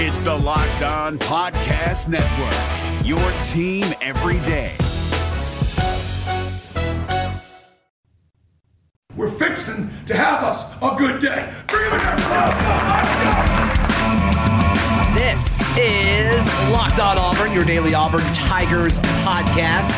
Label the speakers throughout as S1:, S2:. S1: It's the Locked On Podcast Network, your team every day.
S2: We're fixing to have us a good day. Bring it up.
S3: This is Locked On Auburn, your daily Auburn Tigers podcast.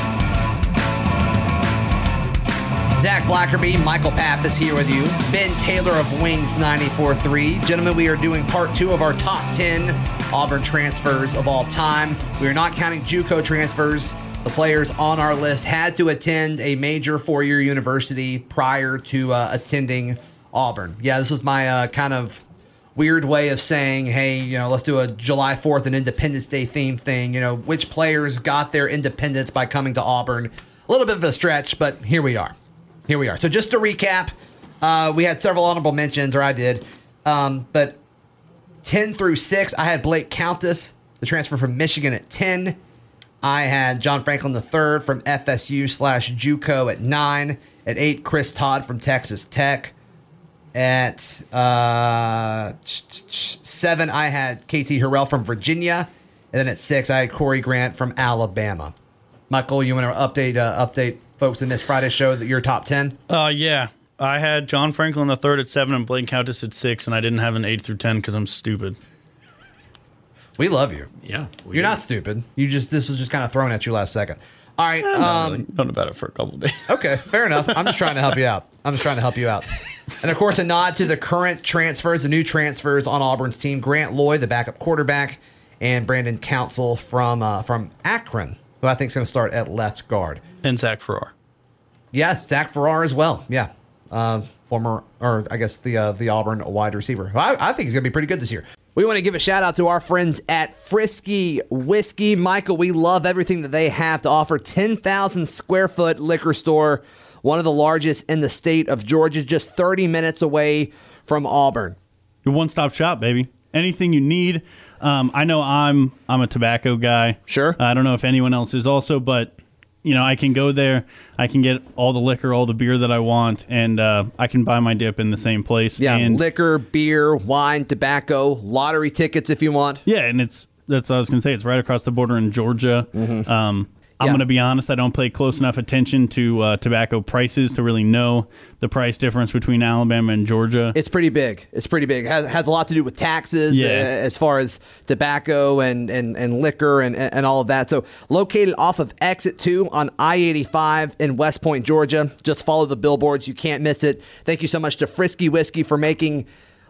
S3: Zach Blackerby, Michael Papp is here with you. Ben Taylor of Wings 94.3. Gentlemen, we are doing part two of our top 10 Auburn transfers of all time. We are not counting JUCO transfers. The players on our list had to attend a major four-year university prior to uh, attending Auburn. Yeah, this was my uh, kind of weird way of saying, hey, you know, let's do a July 4th and Independence Day theme thing. You know, which players got their independence by coming to Auburn? A little bit of a stretch, but here we are. Here we are. So just to recap, uh, we had several honorable mentions, or I did, um, but 10 through 6, I had Blake Countess, the transfer from Michigan at 10. I had John Franklin III from FSU slash JUCO at 9. At 8, Chris Todd from Texas Tech. At uh, ch- ch- ch- seven, I had KT Hurrell from Virginia, and then at six, I had Corey Grant from Alabama. Michael, you want to update uh, update folks in this Friday show that your top ten?
S4: Uh, yeah. I had John Franklin the third at seven and Blaine Countess at six, and I didn't have an eight through ten because I'm stupid.
S3: We love you.
S4: Yeah, we
S3: You're
S4: do.
S3: not stupid. You just this was just kind of thrown at you last second. All right.
S4: I've
S3: Um,
S4: really known about it for a couple days.
S3: Okay, fair enough. I'm just trying to help you out. I'm just trying to help you out. And of course, a nod to the current transfers, the new transfers on Auburn's team: Grant Lloyd, the backup quarterback, and Brandon Council from uh, from Akron, who I think is going to start at left guard.
S4: and Zach Farrar.
S3: Yeah, Zach Farrar as well. Yeah, uh, former or I guess the uh, the Auburn wide receiver. who I, I think he's going to be pretty good this year. We want to give a shout out to our friends at Frisky Whiskey, Michael. We love everything that they have to offer. Ten thousand square foot liquor store, one of the largest in the state of Georgia, just thirty minutes away from Auburn.
S5: Your one stop shop, baby. Anything you need. Um, I know I'm I'm a tobacco guy.
S3: Sure.
S5: I don't know if anyone else is also, but you know I can go there. I can get all the liquor, all the beer that I want, and uh, I can buy my dip in the same place.
S3: Yeah,
S5: and,
S3: liquor, beer, wine, tobacco, lottery tickets if you want.
S5: Yeah, and it's that's what I was gonna say. It's right across the border in Georgia. Um, I'm
S3: Yeah.
S5: gonna be honest. I don't pay close enough attention to uh, tobacco prices to really know the price difference between Alabama and Georgia.
S3: It's pretty big. It's pretty big. It has, has a lot to do with taxes
S5: Yeah.
S3: uh, as far as tobacco and, and, and liquor and, and all of that. So, located off of Exit 2 on I 85 in West Point, Georgia. Just follow the billboards. You can't miss it. Thank you so much to Frisky Whiskey for making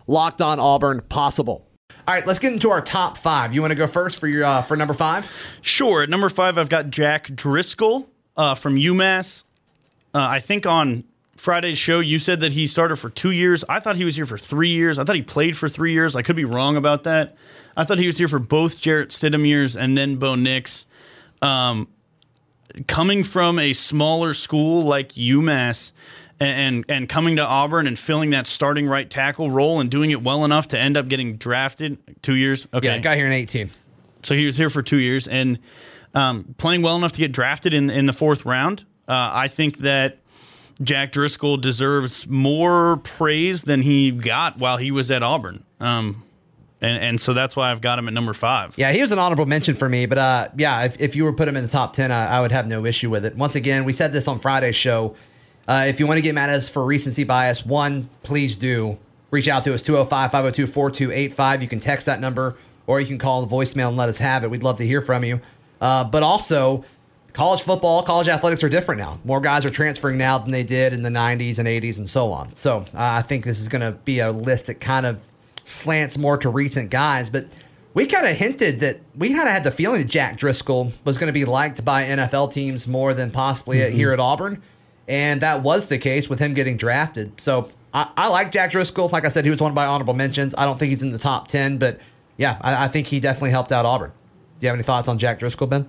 S3: Locked On Auburn possible. All right, let's get into our top five. You want to go first for your uh, for number five?
S4: Sure. At number five, I've got Jack Driscoll uh, from UMass. Uh, I think on Friday's show, you said that he started for two years. I thought he was here for three years. I thought he played for three years. I could be wrong about that. I thought he was here for both Jarrett Stidham years and then Bo Nix. Um, coming from a smaller school like UMass and, and and coming to Auburn and filling that starting right tackle role and doing it well enough to end up getting drafted two years. Okay,
S3: Yeah, got here in eighteen.
S4: so he was here for two years and um, playing well enough to get drafted in, in the fourth round. Uh, I think that Jack Driscoll deserves more praise than he got while he was at Auburn. Um, and, and so that's why I've got him at number five.
S3: Yeah, he was an honorable mention for me, but uh, yeah, if, if you were to put him in the top 10, I, I would have no issue with it. Once again, we said this on Friday's show. Uh, if you want to get mad at us for recency bias, one, please do. Reach out to us, 205 502 4285. You can text that number or you can call the voicemail and let us have it. We'd love to hear from you. Uh, but also, college football, college athletics are different now. More guys are transferring now than they did in the 90s and 80s and so on. So uh, I think this is going to be a list that kind of slants more to recent guys, but we kind of hinted that we kind of had the feeling that Jack Driscoll was going to be liked by NFL teams more than possibly here at Auburn. And that was the case with him getting drafted. So I, I like Jack Driscoll. Like I said, he was one of my honorable mentions. I don't think he's in the top 10, but yeah, I, I think he definitely helped out Auburn. Do you have any thoughts on Jack Driscoll, Ben?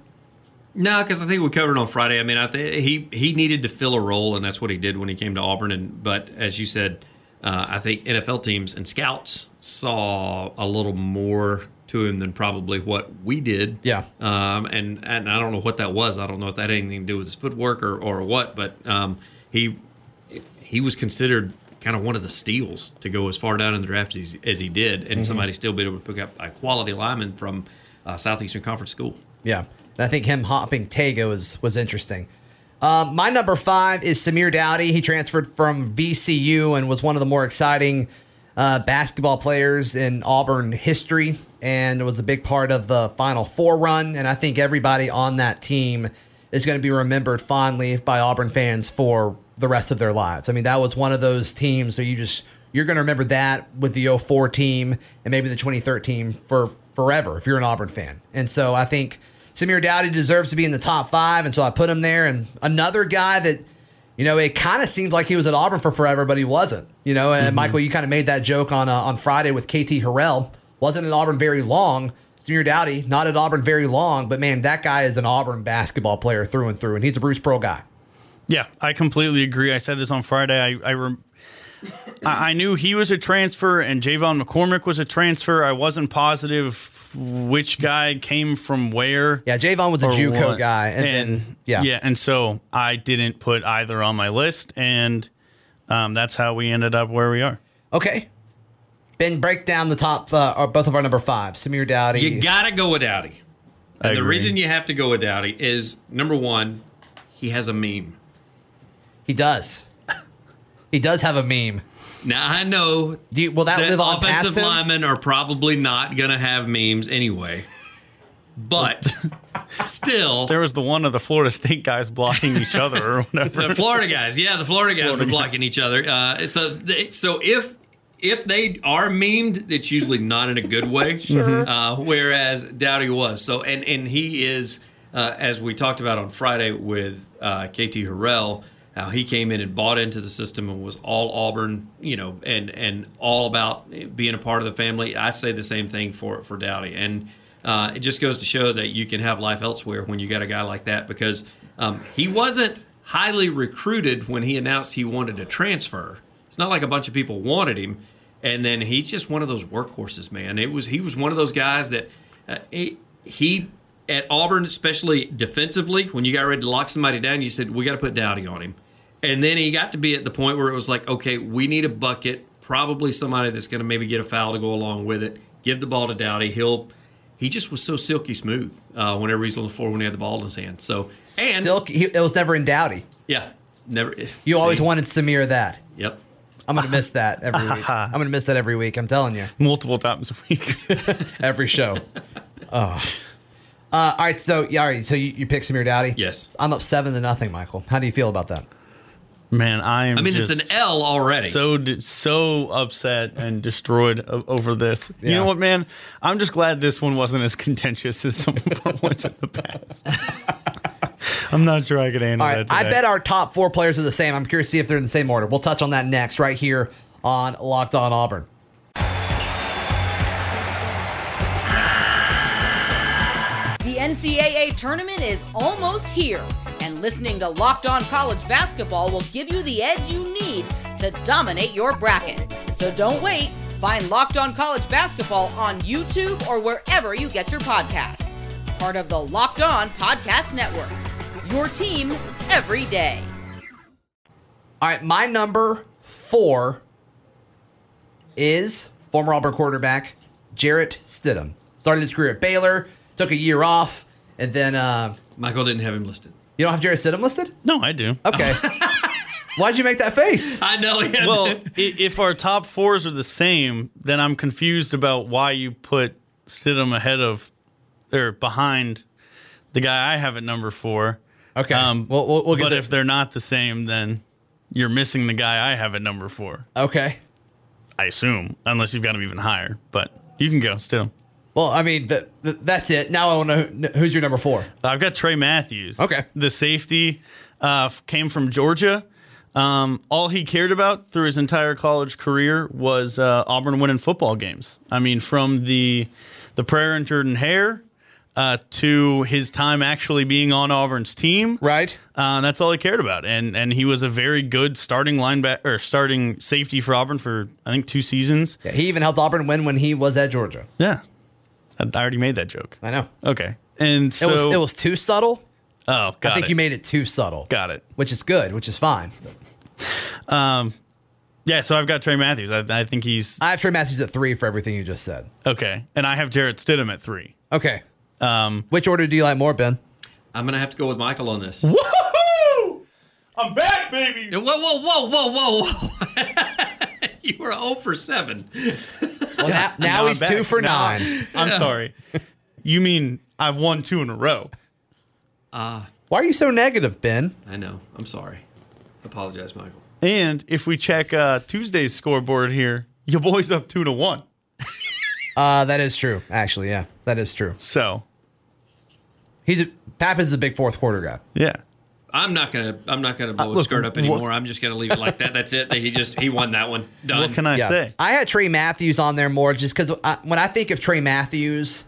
S6: No, because I think we covered it on Friday. I mean, I think he he needed to fill a role, and that's what he did when he came to Auburn. And but as you said, uh, I think NFL teams and scouts saw a little more to him than probably what we did.
S3: Yeah.
S6: Um, and and I don't know what that was. I don't know if that had anything to do with his footwork or or what, but um, he he was considered kind of one of the steals to go as far down in the draft as, as he did, and somebody still be able to pick up a quality lineman from uh, Southeastern Conference school.
S3: Yeah, and I think him hopping Tego was was interesting. Um, my number five is Samir Dowdy. He transferred from VCU and was one of the more exciting uh, basketball players in Auburn history, and was a big part of the Final Four run. And I think everybody on that team is going to be remembered fondly by Auburn fans for the rest of their lives. I mean, that was one of those teams where you just you're going to remember that with the 04 team and maybe the 2013 for forever if you're an Auburn fan. And so I think Samir Dowdy deserves to be in the top five, and so I put him there. And another guy that, you know, it kind of seems like he was at Auburn for forever, but he wasn't. You know, and Michael, you kind of made that joke on uh, on Friday with KT Harrell. Wasn't at Auburn very long. Samir Dowdy not at Auburn very long, but man, that guy is an Auburn basketball player through and through, and he's a Bruce Pearl guy.
S4: Yeah, I completely agree. I said this on Friday. I I, rem- I I knew he was a transfer and Javon McCormick was a transfer. I wasn't positive which guy came from where.
S3: Yeah, Javon was a
S4: or
S3: JUCO
S4: what.
S3: guy, and, then yeah,
S4: yeah, and so I didn't put either on my list, and um, that's how we ended up where we are.
S3: Okay. Ben, break down the top, uh, or both of our number five, Samir Dowdy.
S6: You got to go with Dowdy. And the
S4: agree.
S6: reason you have to go with Dowdy is number one, he has a meme.
S3: he does. He does have a meme.
S6: Now I know
S3: Do you, will that
S6: that
S3: live on past
S6: offensive
S3: him?
S6: linemen are probably not gonna have memes anyway, but still,
S4: There was the one of the Florida State guys blocking each other or whatever.
S6: the Florida guys, yeah, the Florida guys were blocking each other. Uh, so, they, so if if they are memed, it's usually not in a good way. sure. Uh, whereas Dowdy was so, and and he is, uh, as we talked about on Friday with uh, KT Harrell, how he came in and bought into the system and was all Auburn, you know, and and all about being a part of the family. I say the same thing for for Dowdy and. Uh, it just goes to show that you can have life elsewhere when you got a guy like that because um, he wasn't highly recruited when he announced he wanted to transfer. It's not like a bunch of people wanted him, and then he's just one of those workhorses, man. It was he was one of those guys that uh, he, he at Auburn, especially defensively, when you got ready to lock somebody down, you said we got to put Dowdy on him, and then he got to be at the point where it was like, okay, we need a bucket, probably somebody that's going to maybe get a foul to go along with it. Give the ball to Dowdy. He'll he just was so silky smooth uh, whenever he's on the floor when he had the ball in his hand. So and
S3: Silk, he, it was never in Dowdy.
S6: yeah, never. eh,
S3: You always
S6: see?
S3: wanted Samir that.
S6: Yep.
S3: I'm gonna miss that every week. I'm gonna miss that every week. I'm telling you,
S4: multiple times a week.
S3: every show. oh. Uh, all right, so yeah, all right, so you, you pick Samir Dowdy.
S6: Yes.
S3: I'm up seven to nothing, Michael. How do you feel about that?
S4: Man, I am.
S6: I mean,
S4: just
S6: it's an L already.
S4: So d- so upset and destroyed o- over this. You
S3: Yeah.
S4: know what, man? I'm just glad this one wasn't as contentious as some of our ones in the past. I'm not sure I could handle
S3: All right,
S4: that.
S3: I
S4: Today.
S3: bet our top four players are the same. I'm curious to see if they're in the same order. We'll touch on that next, right here on Locked On Auburn.
S7: The NCAA tournament is almost here, and listening to Locked On College Basketball will give you the edge you need to dominate your bracket. So don't wait. Find Locked On College Basketball on YouTube or wherever you get your podcasts. Part of the Locked On Podcast Network. Your team every day.
S3: All right, my number four is former Auburn quarterback Jarrett Stidham. Started his career at Baylor, took a year off, and then uh,
S6: Michael didn't have him listed.
S3: you don't have Jarrett Stidham listed.
S4: no, I do.
S3: Okay, why'd you make that face?
S6: I know. Yeah.
S4: Well, i- if our top fours are the same, then I'm confused about why you put Stidham ahead of or behind the guy I have at number four.
S3: Okay, we'll, we'll, we'll get
S4: Um, but
S3: the-
S4: if they're not the same, then you're missing the guy I have at number four.
S3: okay.
S4: I assume, unless you've got him even higher. But you can go still.
S3: Well, I mean, th th that's it. Now I want to know who- who's your number four.
S4: I've got Trey Matthews.
S3: Okay.
S4: The safety uh, f- came from Georgia. Um, all he cared about through his entire college career was uh, Auburn winning football games. I mean, from the the prayer and Jordan Hare uh, to his time actually being on Auburn's team.
S3: Right.
S4: Uh, that's all he cared about, and and he was a very good starting linebacker or starting safety for Auburn for I think two seasons.
S3: Yeah, he even helped Auburn win when he was at Georgia.
S4: Yeah, I, I already made that joke.
S3: I know.
S4: Okay, and
S3: It
S4: so
S3: was it was too subtle.
S4: Oh, got
S3: I think
S4: it.
S3: you made it too subtle.
S4: got it.
S3: Which is good. Which is fine.
S4: Yeah, so I've got Trey Matthews. I, I think he's
S3: I have Trey Matthews at three for everything you just said.
S4: okay, and I have Jarrett Stidham at three.
S3: Okay. Um, Which order do you like more, Ben?
S6: I'm gonna have to go with Michael on this.
S4: Woohoo! I'm back, baby.
S6: Whoa, whoa, whoa, whoa, whoa, whoa! you were 0 for seven.
S3: Well, now, now
S4: I'm
S3: he's
S4: back.
S3: two for
S4: Now
S3: nine.
S4: I'm- I'm sorry. You mean I've won two in a row?
S3: Why are you so negative, Ben?
S6: I know. I'm sorry. Apologize, Michael.
S4: And if we check uh, Tuesday's scoreboard here, your boy's up two to one.
S3: Uh, that is true, actually. Yeah, that is true.
S4: So
S3: He's a, Pap is a big fourth quarter guy.
S4: yeah,
S6: I'm not gonna. I'm not gonna blow his
S4: Uh, look,
S6: skirt up
S4: what-
S6: anymore. I'm just gonna leave it like that. That's it. He just he won that one. Done.
S4: what can I
S3: yeah.
S4: say?
S3: I had Trey Matthews on there more just because when I think of Trey Matthews,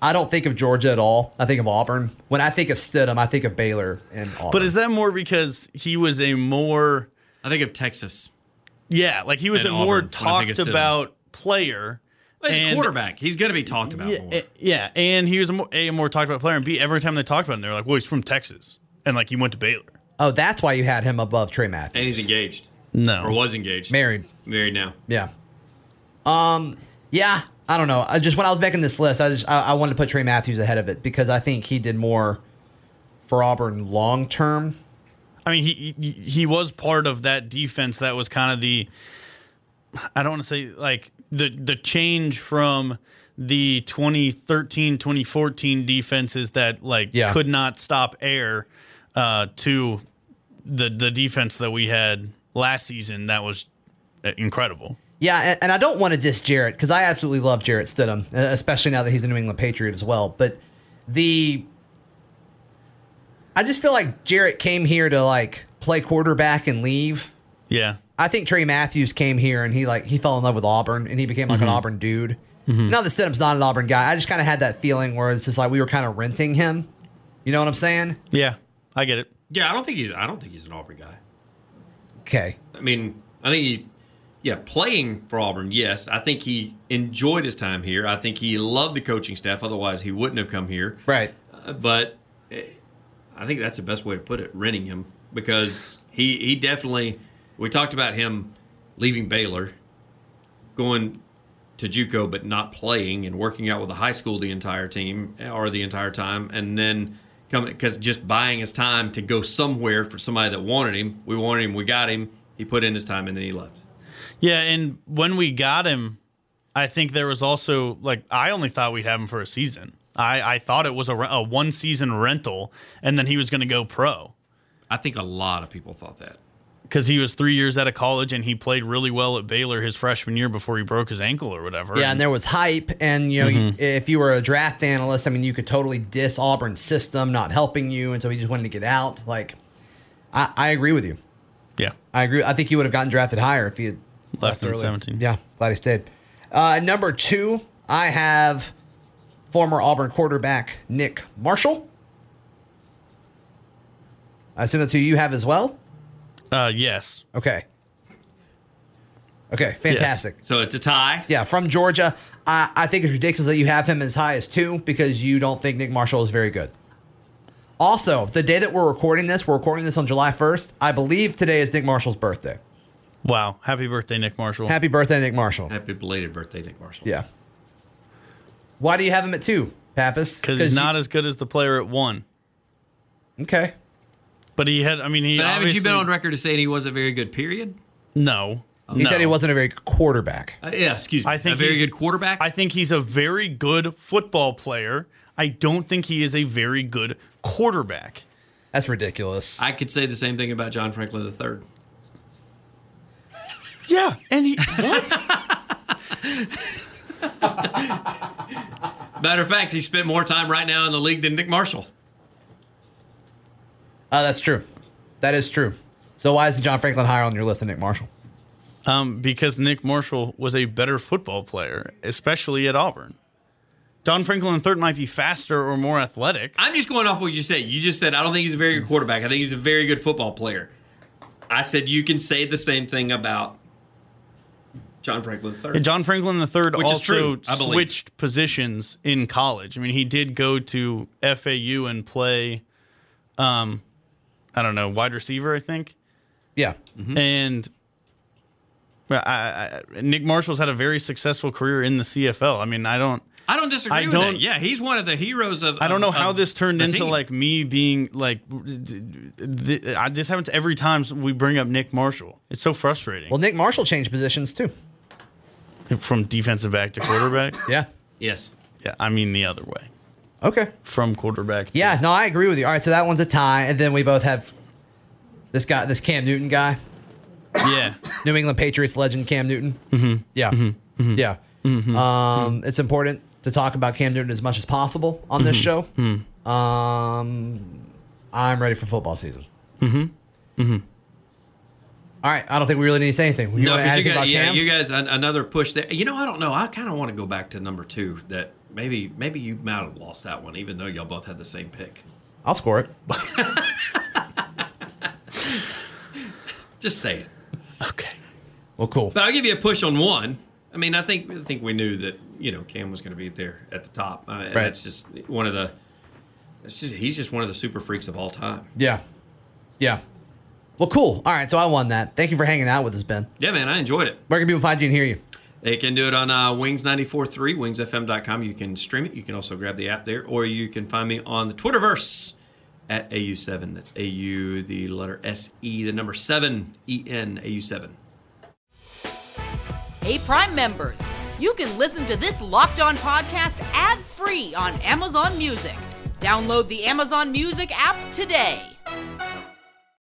S3: I don't think of Georgia at all. I think of Auburn. When I think of Stidham, I think of Baylor and Auburn.
S4: But is that more because he was a more
S6: I think of Texas.
S4: yeah, like he was
S6: And
S4: a more
S6: Auburn, when I think
S4: talked
S6: of Stidham.
S4: about player
S6: He's a
S4: and
S6: quarterback. He's gonna be talked about
S4: Yeah,
S6: more.
S4: eh, yeah, and he was a more, a a more talked about player, and B every time they talked about him, they were like, "Well, he's from Texas," and like he went to Baylor.
S3: oh, that's why you had him above Trey Matthews.
S6: and he's engaged
S4: No,
S6: or was engaged.
S3: Married.
S6: Married now.
S3: Yeah. Um. Yeah. I don't know. I just when I was making this list, I just I, I wanted to put Trey Matthews ahead of it because I think he did more for Auburn long term.
S4: I mean he, he he was part of that defense that was kind of the I don't want to say like the the change from the 2013 2014 defenses that like
S3: Yeah.
S4: could not stop air uh, to the the defense that we had last season that was uh, incredible.
S3: Yeah, and, and I don't want to diss Jarrett because I absolutely love Jarrett Stidham, uh, especially now that he's a New England Patriot as well. But the I just feel like Jarrett came here to like play quarterback and leave.
S4: Yeah.
S3: I think Trey Matthews came here and he like he fell in love with Auburn and he became like an Auburn dude. Now that Stidham's not an Auburn guy, I just kind of had that feeling where it's just like we were kind of renting him. You know what I'm saying?
S4: Yeah. I get it.
S6: Yeah, I don't think he's. I don't think he's an Auburn guy.
S3: Okay.
S6: I mean, I think he, yeah, playing for Auburn, yes. I think he enjoyed his time here. I think he loved the coaching staff. Otherwise, he wouldn't have come here.
S3: Right.
S6: Uh, but eh, I think that's the best way to put it, renting him, because he, he definitely, we talked about him leaving Baylor, going to Juco, but not playing and working out with the high school the entire team eh, or the entire time. And then coming, because just buying his time to go somewhere for somebody that wanted him. We wanted him, we got him, he put in his time, and then he left.
S4: Yeah, and when we got him, I think there was also like I only thought we'd have him for a season. I, I thought it was a, re- a one season rental, and then he was going to go pro
S6: I think a lot of people thought that.
S4: because he was three years out of college and he played really well at Baylor his freshman year before he broke his ankle or whatever.
S3: Yeah, and there was hype, and you know, if you were a draft analyst, I mean, you could totally diss Auburn's system not helping you, and so he just wanted to get out. Like, I, I agree with you.
S4: yeah,
S3: I agree. I think he would have gotten drafted higher if he had
S4: Left in
S3: earlier.
S4: 17.
S3: Yeah, glad he stayed. Uh, number two, I have former Auburn quarterback Nick Marshall. I assume that's who you have as well.
S4: uh, yes,
S3: Okay. Okay, fantastic.
S6: So it's a tie.
S3: Yeah, from Georgia. I, I think it's ridiculous that you have him as high as two because you don't think Nick Marshall is very good. Also, the day that we're recording this, we're recording this on July 1st. I believe today is Nick Marshall's birthday.
S4: wow, happy birthday, Nick Marshall.
S3: Happy birthday, Nick Marshall.
S6: Happy belated birthday, Nick Marshall.
S3: Yeah. Why do you have him at two, Pappas?
S4: because he's
S3: you-
S4: not as good as the player at one,
S3: Okay.
S4: but he had. I mean, he
S6: But haven't you
S4: obviously-
S6: been on record as saying he wasn't very good, period?
S4: No,
S3: He
S4: no.
S3: said he wasn't a very good quarterback.
S6: Uh, yeah, excuse me.
S4: I think
S6: a very
S4: he's-
S6: good quarterback.
S4: I think he's a very good football player. I don't think he is a very good quarterback.
S3: That's ridiculous.
S6: I could say the same thing about John Franklin III.
S4: Yeah, and he what?
S6: As a matter of fact, he spent more time right now in the league than Nick Marshall.
S3: Uh, that's true. That is true. So why isn't John Franklin higher on your list than Nick Marshall?
S4: um, because Nick Marshall was a better football player, especially at Auburn. Don Franklin III might be faster or more athletic.
S6: I'm just going off what you said. You just said I don't think he's a very good quarterback. I think he's a very good football player. I said you can say the same thing about John Franklin III.
S4: John Franklin III
S6: Which is
S4: also
S6: true, I believe.
S4: switched positions in college. I mean, he did go to FAU and play, um, Mm-hmm. I don't know, wide receiver, I think.
S3: Yeah.
S4: and But I, I, Nick Marshall's had a very successful career in the CFL. I mean, I don't.
S6: I don't disagree
S4: I
S6: with
S4: don't-
S6: that. Yeah, he's one of the heroes of.
S4: I don't
S6: of-
S4: know how
S6: of
S4: this turned
S6: the
S4: into
S6: team.
S4: like me being like. th- I- This happens every time we bring up Nick Marshall. It's so frustrating.
S3: Well, Nick Marshall changed positions too.
S4: From defensive back to quarterback.
S3: Yeah.
S6: Yes.
S4: yeah, I mean the other way.
S3: Okay.
S4: From quarterback. to-
S3: Yeah, no, I agree with you. All right, so that one's a tie, and then we both have this guy, this Cam Newton guy,
S4: yeah.
S3: New England Patriots legend Cam Newton. Mm-hmm. Yeah, yeah. Um, It's important to talk about Cam Newton as much as possible on this show. Mm-hmm. Um, I'm ready for football season. Mm-hmm. Mm-hmm. right, I don't think we really need to say anything. You
S6: no,
S3: want to add anything
S6: because you
S3: about
S6: guys, yeah,
S3: Cam?
S6: you guys, an- another push there. You know, I don't know. I kind of want to go back to number two. That maybe, maybe you might have lost that one, even though y'all both had the same pick.
S3: I'll score it.
S6: Just say it.
S4: Okay.
S3: Well, cool.
S6: But I'll give you a push on one. I mean, I think I think we knew that you know Cam was going to be there at the top. I mean,
S3: Right.
S6: That's just one of the. It's just he's just one of the super freaks of all time.
S3: Yeah, yeah. Well, cool. All right, so I won that. Thank you for hanging out with us, Ben.
S6: Yeah, man, I enjoyed it.
S3: Where can people find you and hear you?
S6: They can do it on uh, Wings943, wingsfm.com. You can stream it. You can also grab the app there, or you can find me on the Twitterverse at AU7. That's AU, the letter S E, the number 7, E N, AU7.
S7: Hey, Prime members, you can listen to this Locked On podcast ad free on Amazon Music. Download the Amazon Music app today.